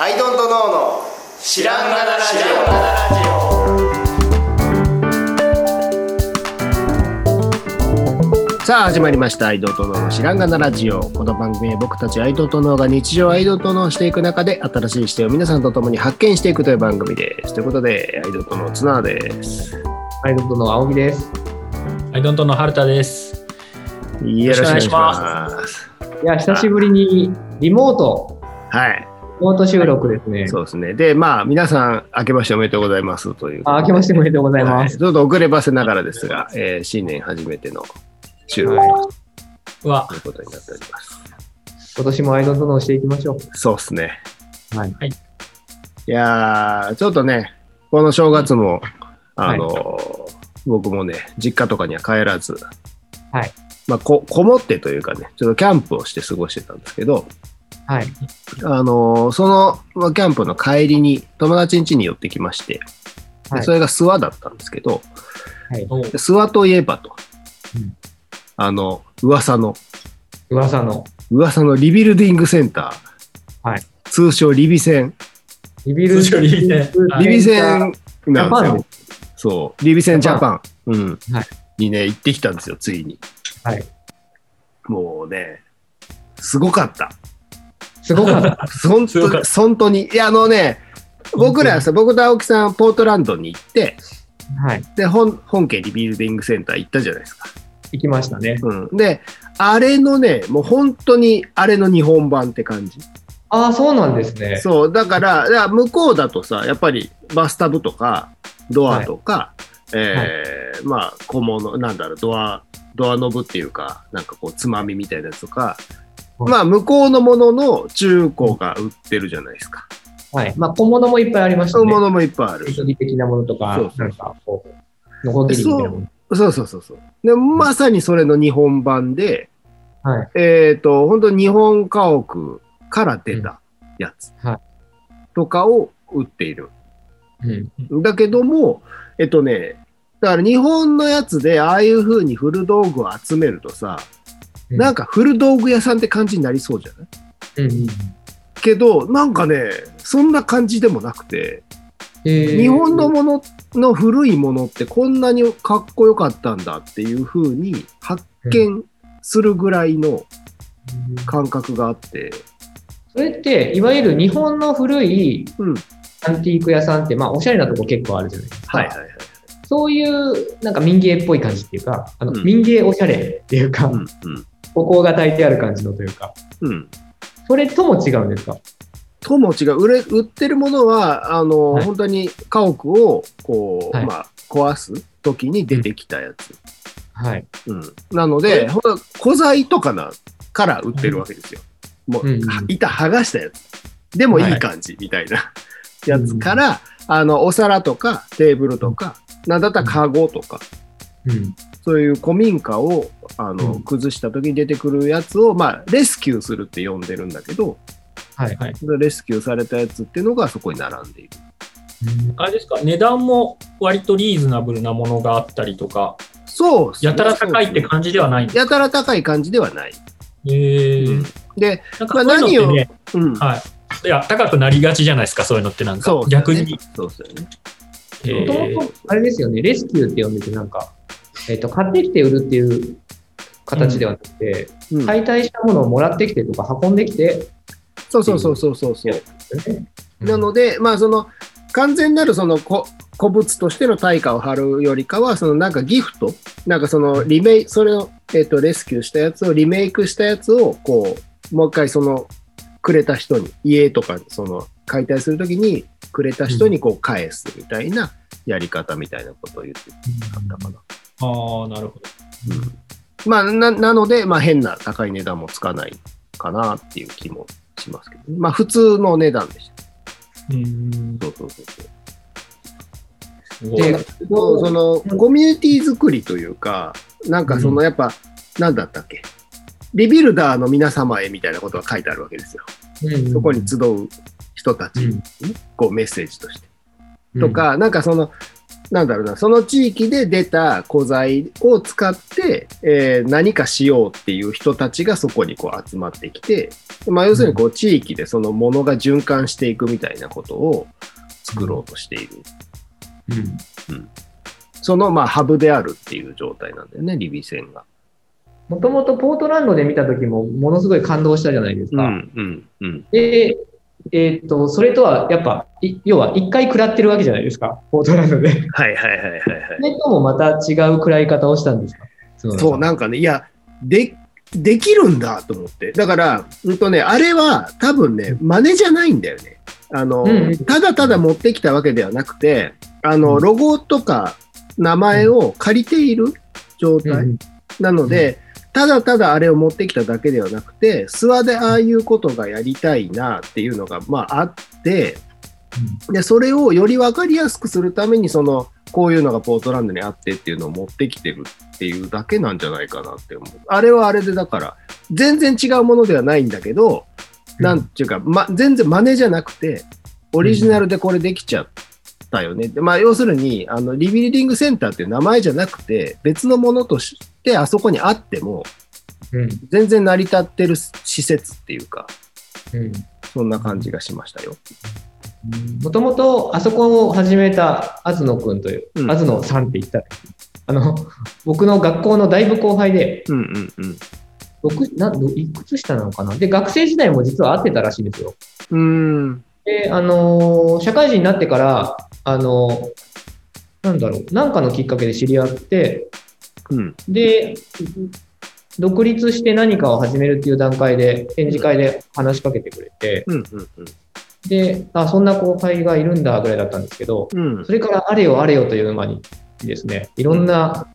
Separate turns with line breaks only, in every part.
アイドントノーの知らんがなラジ
さあ始まりました「アイドルとノーの知らんがなラジオ」この番組は僕たちアイドルとノーが日常アイドルとノーしていく中で新しい視点を皆さんと共に発見していくという番組ですということでアイドルとノーツナーです
アイドルの青木です。
アイドントの春田です。
よろしくお願いします
いや、久しぶりにリモート、
はい
リモート収録ですね。
そうですねでまあ皆さん明けましておめでとうございますという
あ、明けましておめでとうござい
は
ま
い
す。
ちょっと遅ればせながらですが、えー新年初めての収録
うわ
と、いうことになっております
今年もアイドルとのしていきましょ
そうですね
う。はい。
いやーちょっとねこの正月もあの、僕もね実家とかには帰らず
はい
まあ、ここもってというかね、ちょっとキャンプをして過ごしてたんですけど、
はい。
あのーそのまあキャンプの帰りに友達ん家に寄ってきまして、で
はい
それが諏訪だったんですけど、
お
で諏訪といえばと、
うん
あの、噂の、
噂の
噂のリビルディングセンター、
はい
通称リビセン、
リビル
通称リビセンはい
リビセ
は
ンなんですよ。そう、リビセンジャパン、うん
はい
にね、行ってきたんですよ、ついに。
い。
もうね、すごかった。
すごかった。
本
すごかっ
当に、本当に。いや、あのね、僕らさ、僕と青木さん、ポートランドに行って、
はい。
で、本本家リビルディングセンター行ったじゃないですか。
行きましたね。
うん。で、あれのね、もう本当に、あれの日本版って感じ。
ああ、そうなんですね。
そう、だから、だから向こうだとさ、やっぱりバスタブとか、ドアとか、えーまあ、小物、なんだろう、ドア、ドアノブっていうか、なんかこう、つまみみたいなやつとか、
はい
まあ、向こうのものの中古が売ってるじゃないですか。
はい。まあ、小物もいっぱいありました
そういう
ね
も。のもいっぱいある。
手的なものと
そう
か、
そう
なんか、こう、ノコギリみたいなもの。
そうそうそうそう。で、まさにそれの日本版で、
はい。
えっ、と、本当日本家屋から出たやつ
うんはい
とかを売っている。
うん。
だけども、えっとね、だから日本のやつでああいう風に古道具を集めるとさ、
うん
なんか古道具屋さんって感じになりそうじゃない
うんうん。
けど、なんかね、そんな感じでもなくて、
日
日本のものの古いものってこんなにかっこよかったんだっていう風に発見するぐらいの感覚があって、
それって、いわゆる日本の古い
うん。
アンティーク屋さんって、まあ、おしゃれなとこ結構あるじゃないですか。
はいはいはい。
そういう、なんか民芸っぽい感じっていうか、あの
うん
民芸おしゃれっていうか、
うん
お香が炊いてある感じのというか、
うん。うん。
それとも違うんですか
とも違う売れ売ってるものはあの、
はい
本当に家屋をこう、
はい
まあ、壊す時に出てきたやつ、
はい。
うんなので、
え
本当古材とかなから売ってるわけですよ、もう、
うんうん
板剥がしたやつでもいい感じみたいな、やつから、あのお皿とかテーブルとか、なんだったら籠とか、
うん。
そういう古民家をあの、
うん
崩した時に出てくるやつを、まあ、レスキューするって呼んでるんだけど
はい。
はい
レスキューされたやつっていうのがそこに並んでいる。
うん
あれですか、値段も割とリーズナブルなものがあったりとか、
そうっすね
やたら高いって感じではないんです
やたら高い感じではない。
えー
うんで、
なんかそういうのってね、
うん、
はい。いや、高くなりがちじゃないですか、そういうのってなんか。
そうっすよね、
逆に。
そうっすよね。
え
もとも
ー
と、あれですよね、レスキューって呼んでて、なんか、えっ、と、買ってきて売るっていう形ではなくて、
うん
解体したものをもらってきてとか運んできて、
そうそうそうそうそうそう。なので、まあその完全なるそのこ古物としての対価を張るよりかは、そのなんかギフト、なんかそのリメイそれを、えっとレスキューしたやつをリメイクしたやつをこうもう一回そのくれた人に家とかその解体するときにくれた人にこう返すみたいなやり方みたいなことを言ってたんだかな。
ああ、なるほど。
まあ、ななので、まあ、変な高い値段もつかないかなっていう気もしますけど、まあ、普通の値段でした。
うん。
そうそうそうそう
すごい
で、
そうそのコミュニティ作りというか、なんかそのやっぱ、なんだったっけ、リビルダーの皆様へみたいなことが書いてあるわけですよ。
うん
そこに集う人たち、
うん
こうメッセージとして。
うん
とか、なんかその、なんだろうな、その地域で出た古材を使って、えー何かしようっていう人たちがそこにこう集まってきて、まあ、要するにこう地域でそのものが循環していくみたいなことを作ろうとしている。
うん。
そのまあハブであるっていう状態なんだよね、リビ線が。
もともとポートランドで見た時もものすごい感動したじゃないですか。
んうんうん。
で、えーっと、それとはやっぱ、い要は一回食らってるわけじゃないですか、ポートランドで。
はいはいはいはい、はい。
それともまた違う食らい方をしたんですか
そう、なんかね、いや、で、できるんだと思って。だから、うんとね、あれは多分ね、真似じゃないんだよね。あの、
うんうん
ただただ持ってきたわけではなくて、あ
う
の、
ん
ロゴとか名前を借りている状
う
態
ん
なので、ただただあれを持ってきただけではなくて、諏訪でああいうことがやりたいなっていうのが、まああって、で、それをより分かりやすくするために、その、こういうのがポートランドにあってっていうのを持ってきてるっていうだけなんじゃないかなって思う。あれはあれでだから、全然違うものではないんだけど、なんていうか、ま、全然真似じゃなくて、オリジナルでこれできちゃったよね。でまあ、要するに、あの、リビルディングセンターっていう名前じゃなくて、別のものとしてあそこにあっても、
うん
全然成り立ってる施設っていうか、
うん
そんな感じがしましたよ。
もともとあそこを始めた東野くんという、
うん
東野さんって言ったらあの僕の学校のだいぶ後輩で
うんうんうん。
六などいくつ下なのかなで学生時代も実は会ってたらしいんですよ
うーん。
であのー社会人になってからあのーなんだろうなんかのきっかけで知り合って
うん。
で独立して何かを始めるっていう段階で展示会で話しかけてくれて
うんうんうん。
であそんな後輩がいるんだぐらいだったんですけど
うん
それからあれよあれよという間にですね、いろんな、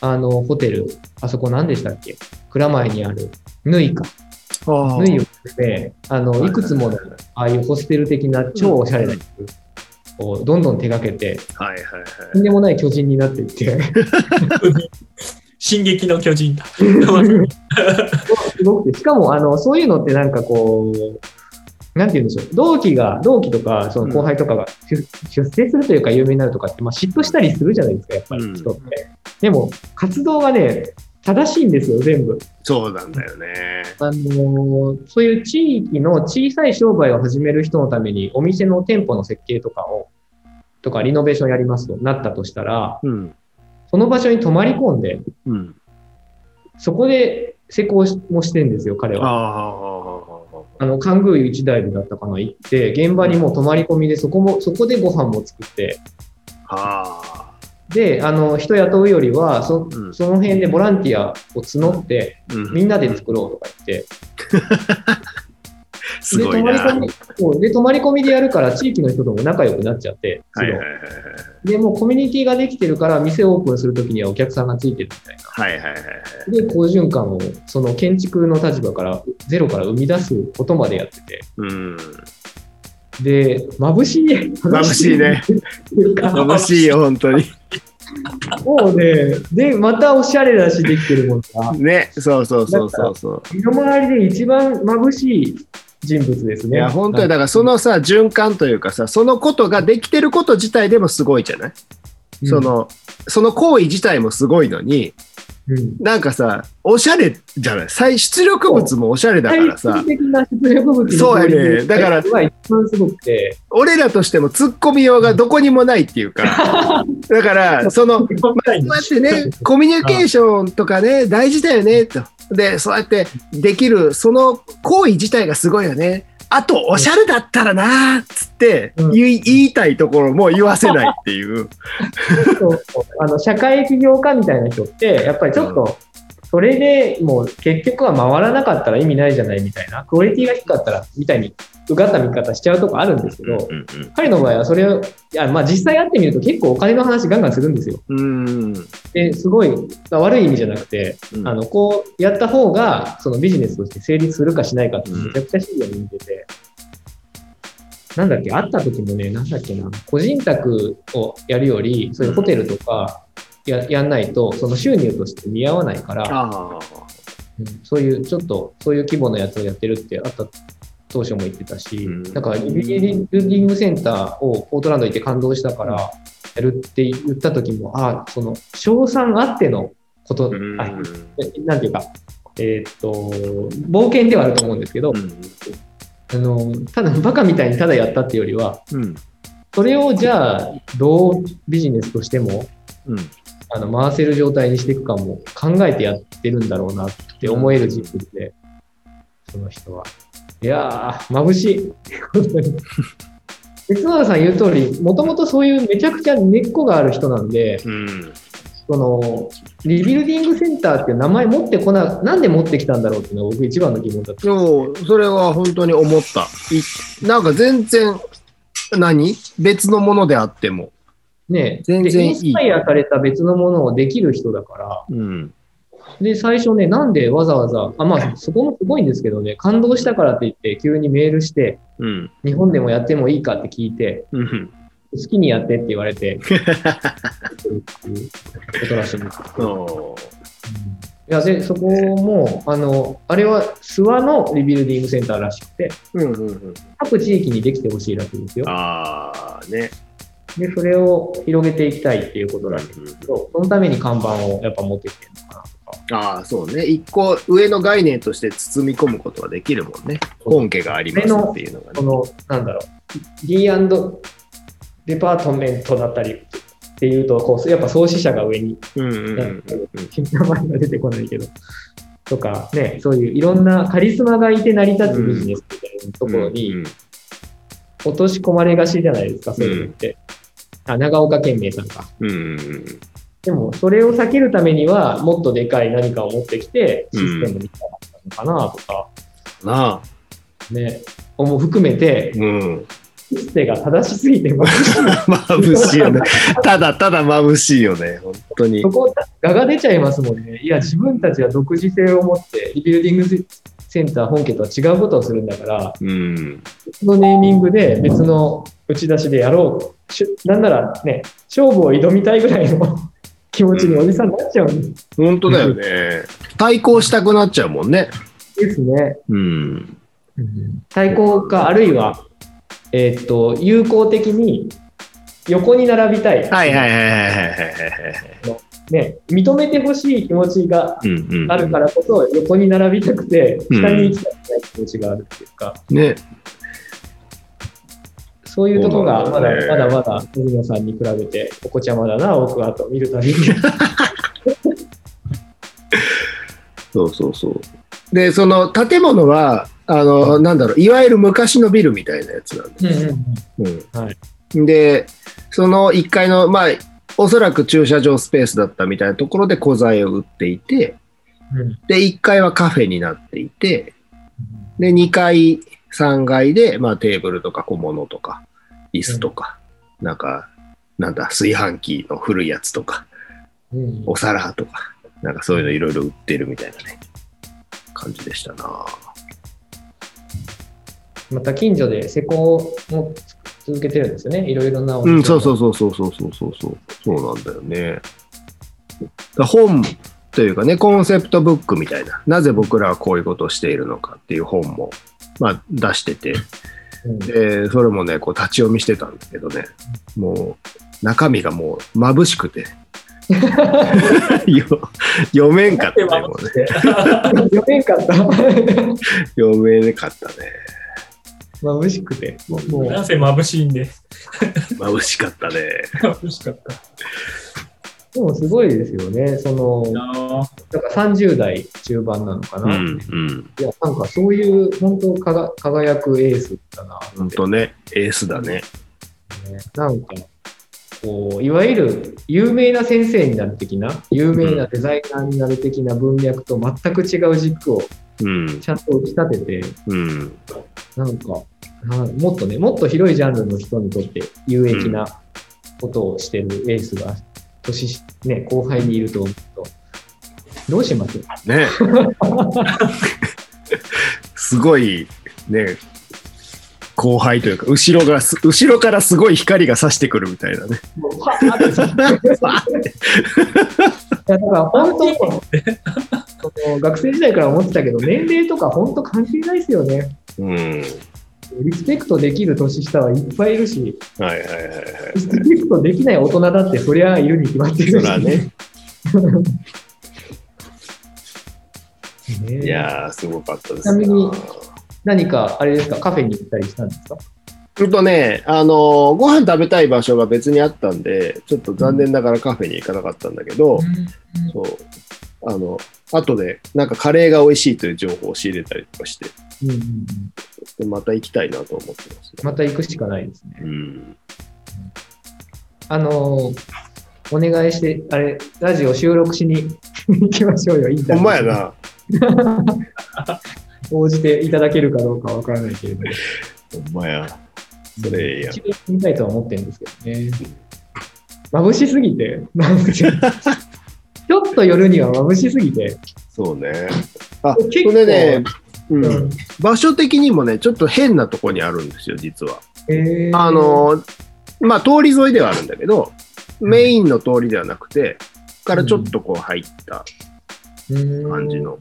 あの、ホテル、あそこ何でしたっけ蔵前にある、ヌイか。
あ
ヌイを含め、あ
いは
の、
い
いくつもの、ああいうホステル的な超おしゃれな服をどんどん手がけて、
はいはいはい。
とんでもない巨人になっていって、
進撃の巨人だ。
すごくて、しかも、あの、そういうのってなんかこう、なんて言うんでしょう、同期が、同期とか、その後輩とかが出出世するというか有名になるとかって、まあ、嫉妬したりするじゃないですか、やっぱ
うん
り人って。でも、活動がね、正しいんですよ、全部。
そうなんだよね。
あのーそういう地域の小さい商売を始める人のために、お店の店舗の設計とかを、とかリノベーションやりますとなったとしたら、
うん。
その場所に泊まり込んで、
うん。
そこで施工しもしてんですよ、彼
あ
は。
あ。
あの、カングー一台でだったかな、行って、現場にもう泊まり込みで、そこも、そこでご飯も作って、
ああ。
で、あの、人雇うよりは、そ
うん
その辺でボランティアを募って、
うん
みんなで作ろうとか言って、
すごいな。
で、
は
泊まり込みそう、で、泊まり込みでやるから、地域の人とも仲良くなっちゃって、その
いはいはいはい。
で、もうコミュニティができてるから、店オープンするときにはお客さんがついてるみたいな。
はいはいはいはい。
で、好循環を、その建築の立場から、ゼロから生み出すことまでやってて、
うん。
で、眩しいね。
眩しいね。
っていうか。
眩しいよ、本当に。
そうね。で、またおしゃれだし、できてるもんが、
ね。そうそうそうそうそう。
身の回りで一番眩しい人物です
い
ね。
や、本当に、だからそのさ、循環というかさ、そのことができてること自体でもすごいじゃない
うん
そ、の、その行為自体もすごいのに、
うん。
なんかさ、おしゃれじゃない再出力物もおしゃれだからさ。
体的な出力物の
そうやねだから
が一番すごくて、
俺らとしても突っ込みようがどこにもないっていうか、 だから、その、こうやってね、コミュニケーションとかね、大事だよね、と。で、そうやってできる、その行為自体がすごいよね。あと、おしゃれだったらなーっつって
うん
言い言いたいところも言わせないっていう。
そうあの社会起業家みたいな人って、やっぱりちょっと、それでもう結局は回らなかったら意味ないじゃないみたいな、クオリティが低かったらみたいに、うがった見方しちゃうとこあるんですけど、彼の場合はそれを、いやまあ、実際会ってみると結構お金の話ガンガンするんですよ。
うん。
ですごいまあ悪い意味じゃなくて、
うん
あのこうやった方がそのビジネスとして成立するかしないかってめちゃくちゃシビアに見てて、なんだっけ、会った時もね、なんだっけな、個人宅をやるより、そういうホテルとかややんないと、その収入として見合わないから、
あ
うんそういうちょっと、そういう規模のやつをやってるってあった当初も言ってたし、
うん
だからリビルディングセンターをポートランド行って感動したから、ややるって言った時も、ああ、その、賞賛あってのこと、あなんていうか、えーっと、冒険ではあると思うんですけど、あの、ただ、バカみたいにただやったっていうよりは、
うん。
それをじゃあ、どうビジネスとしても、
うん。
あの、回せる状態にしていくかも考えてやってるんだろうなって思える人物で、その人は。いやー、眩しい。本当に。で角田さん言う通り、もともとそういうめちゃくちゃ根っこがある人なんで、
うん
その、リビルディングセンターっていう名前持ってこな、なんで持ってきたんだろうっていうのが僕一番の疑問だった。
そう、それは本当に思った。いなんか全然、何別のものであっても。
ね
全
で
然いい
インスパイアされた別のものをできる人だから、
うん
で、最初ね、なんでわざわざ、あ、まあ、そこもすごいんですけどね、感動したからって言って、急にメールして、
うん
日本でもやってもいいかって聞いて、
うん
好きにやってって言わ れて、っていうことらしいんですけど
おー
いや、で、そこも、あの、あれは諏訪のリビルディングセンターらしくて、
うんうんうん。
各地域にできてほしいらしいんですよ。
あーね
で、それを広げていきたいっていうことらしいんですけど、そのために看板をやっぱ持ってきてるのかなとか。
ああ、そうね。一個上の概念として包み込むことはできるもんね。本家がありますっていうのが
こ
ね。
の、なんだろう、D& デパートメントだったりっていうと、こう、やっぱ創始者が上に、
うんうんう
なんんか名前が出てこないけど、とかね、そういういろんなカリスマがいて成り立つビジネスみたいなところ
うん
に落とし込まれがちじゃないですか、そういうのって。あ、長岡県名さんか。
うんうん
でも、それを避けるためには、もっとでかい何かを持ってきて、システムにしたかったのかなとか、
なあ
ね、も含めて、
うん
打つ手が正しすぎてます、
眩しいよね。ただただ眩しいよね。本当に
そ。こ、画が出ちゃいますもんね。いや、自分たちは独自性を持って、リビルディングセンター本家とは違うことをするんだから、
うん
別のネーミングで別の打ち出しでやろう。しなんならね、勝負を挑みたいぐらいの 気持ちにおじさんになっちゃうんで
本当だよね。
ね
対抗したくなっちゃうもんね。
すね。
うん
対抗か、あるいは、えーっと、友好的に横に並びたい。
はいはいはいはいはいはいはい。
ね、認めてほしい気持ちが
うんうん
あるからこそ、横に並びたくて、
うん
下に行きたくない気持ちがあるっていうか、
ね。
そういうとこが
そ
ま
うなんだね
だまだまだ水野さんに比べてお子ちゃまだな、僕はと見るたびに。
そうそうそう。で、その建物は、あの、なんだろう、いわゆる昔のビルみたいなやつなんで。
はい
うん。で、その1階の、まあ、おそらく駐車場スペースだったみたいなところで小材を売っていて、
うん
で、1階はカフェになっていて、で、2階、3階で、まあ、テーブルとか小物とか、椅子とか、なんか、なんだ、炊飯器の古いやつとか、
うん
お皿とか、なんかそういうのいろいろ売ってるみたいなね、感じでしたな。
また近所で施工も続けてるんですよね、いろいろなお
う
店
ん、そうそうそうそうそうそうそうそう、そうなんだよね。だから本というかね、コンセプトブックみたいな、なぜ僕らはこういうことをしているのかっていう本も、まあ、出してて、
うん
で、それもね、こう立ち読みしてたんだけどね、もう、中身がもう眩しく て。よ読めんかったね、もうね。
読めんかった。
読めなかったね。
眩しくて。もう、も
なんせ眩しいんで、
眩しかったね。
眩しかった。
うでもすごいですよね。その、
なあ
だから30代中盤なのか
う
な。
んうん
いや、なんかそういう、本当かが輝くエースだなって、
ほんとね、エースだね。
ね。なんか、こう、いわゆる有名な先生になる的な、有名なデザイナーになる的な文脈と全く違う軸を
うん
ちゃんと打ち立てて、
うん
なんか、なもっとね、もっと広いジャンルの人にとって有益なことをしてるエースが、年し、ね、後輩にいると思うと、どうします
ね。すごい、ね、後輩というか、後ろがす、後ろからすごい光が差してくるみたいなね。
もうわーっていやだから本当その学生時代から思ってたけど年齢とか本当関係ないですよね。
うん
リスペクトできる年下はいっぱいいるし、
はいはいはいはい。
リスペクトできない大人だってそりゃいるに決まって
そ
るし。
ら ね。
ね
いやー、すごかったです
ちなみに
な。
何か、あれですか、カフェに行ったりしたんですか
ちょっとね、あのーご飯食べたい場所が別にあったんで、ちょっと残念ながらカフェに行かなかったんだけど、そう。あの、後で、なんかカレーが美味しいという情報を仕入れたりとかして、
うんうんうん
でまた行きたいなと思ってます、ね。
また行くしかないですね。
うん。
あのーお願いして、あれ、ラジオ収録しに行きましょうよ、インタ
ほ
ビュー
んまや。な。
応じていただけるかどうかわからないけれど。
ほんまや。それええやん
一度行ってみたいとは思ってるんですけどね。眩しすぎて、なんかちょっとちょっと夜には眩しすぎて、
そうね。あ、そ
結構
れね、う。
うんん
場所的にもね、ちょっと変なとこにあるんですよ、実は。
えー
あの、まあ、通り沿いではあるんだけど、メインの通りではなくて、からちょっとこう入った感じ。の。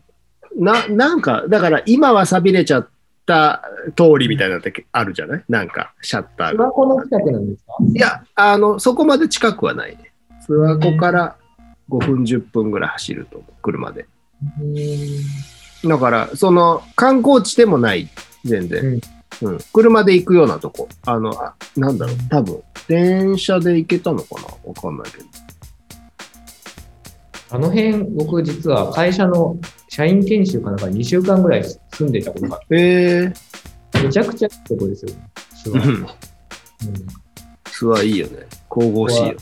な、なんか、だから今は錆びれちゃった通りみたいなのってあるじゃないなんか、シャッター
諏
が。
訪湖の近くなんですか
いや、あの、そこまで近くはないね。諏訪湖から5分、10分ぐらい走ると思う、車で。だから、その、観光地でもない、全然。うん。車で行くようなとこ。あの、あなんだろう、多分、電車で行けたのかなわかんないけど。
あの辺、僕実は会社の社員研修かなんか2週間ぐらい住んでいたことがあ
え
って、めちゃくちゃいいとこですよ、諏
え
訪。
ー。
うん
諏訪いいよね。神々しいよね。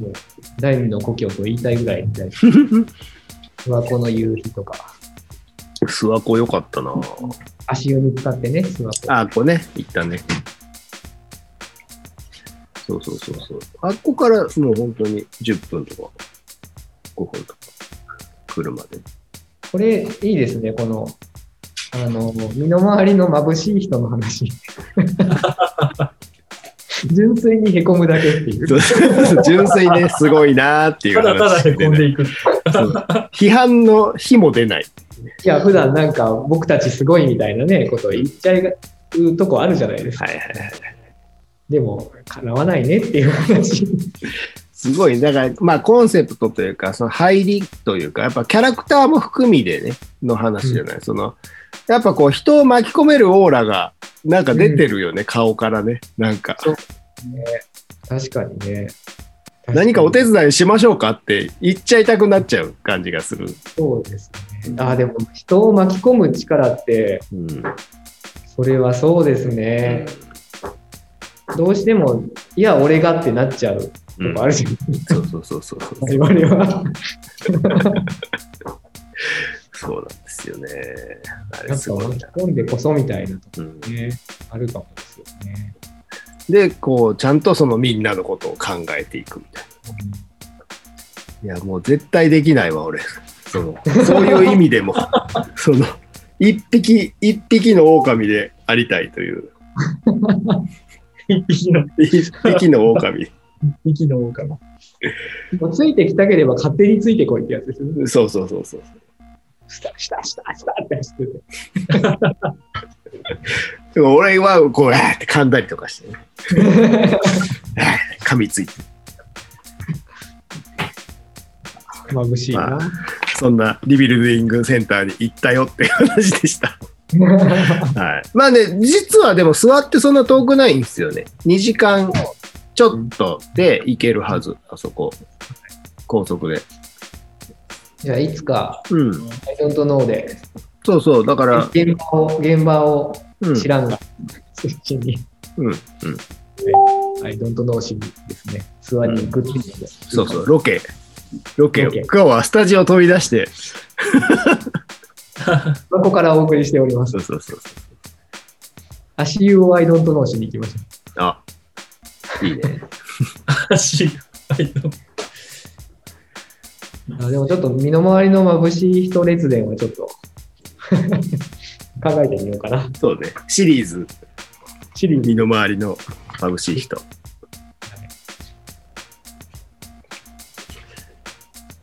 もう第二の故郷と言いたいぐらいみ たいな。諏訪湖の夕日とか、
諏訪湖良かったな
足湯に使ってね、諏訪湖。
あ、ここね、行ったね。そうそうそうそう。あっこからもう本当に10分とか、5分とか、車 で。
これ、いいですね、この、あの、身の回りの眩しい人の 話。純粋にへこむだけっていう。
純粋ね、すごいなーっていう
ただただ
話
へ
で
こん
ね。
でいく。
批判の火も出ない。
いや、普段なんか僕たちすごいみたいなね、ことを言っちゃうとこあるじゃないですか。
はいはいはい。
でも、叶わないねっていう話。
すごい、だから、まあコンセプトというか、その入りというか、やっぱキャラクターも含みでね、の話じゃない。その、やっぱこう人を巻き込めるオーラが、なんか出てるよね、顔からね。なんか。
そうね、確かにね。
何かお手
伝い
伝いしましょうかって言っちゃいたくなっちゃう感じがする。
そうですね。あーでも人を巻き込む力って、
うん、
それはそうですね。どうしても、いや、俺がってなっちゃう
う
と
ん
かあるじゃないです
そうそうそうそうそう。
か、 我々は。
そうなんですよね。あ
な
れ
ん
す
か
ごい
巻き
な。
込んでこそみたいなと
うん
こね、あるかもですよね。
で、こう、ちゃんとそのみんなのことを考えていくみたいな。いや、もう絶対できないわ、俺。その、そういう意味でも、その、一匹、一匹の狼でありたいという、
一匹の、
一匹の狼。
一匹の狼。
もうついてきたければ勝手についてこいってやつですね。
そうそうそうそう。
した、した、した、したって走ってて。
でも俺は、こう、あーって噛んだりとかしてね。あー噛みついて。
眩しいな。
そんなリビルディングセンターに行ったよっていう話でした。はい、まあね、実はでも座ってそんな遠くないんですよね。2時間ちょっとで行けるはず、あそこ。高速で。
じゃあ、いつか、
うん。
アイドントノーで、
そうそう。だから、
現場を、現場を
うん
知らんが、そっちに、
うんうん
アイドントノーしにですね、ツアーに行くっていうので、
そうそう、ロケ。ロケを。
ロケ
今日はスタジオ飛び出して、
ここからお送りしております。
そうそうそう。
足湯をアイドントノーしに行きましょ
あ、いいね。
足はいどうも
う。あでもちょっと身の回りの眩しい人列伝はちょっと考えてみようかな。
そうね。シリーズ、
シリーズ
身の回りの眩しい人。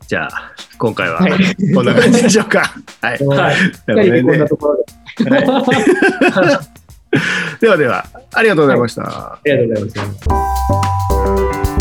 じゃあ、今回は
はい。
こんな感じでしょうか。はい。
でも
はい
しっかりこんなところで。
ではでは、ありがとうございました。
りがとうございます。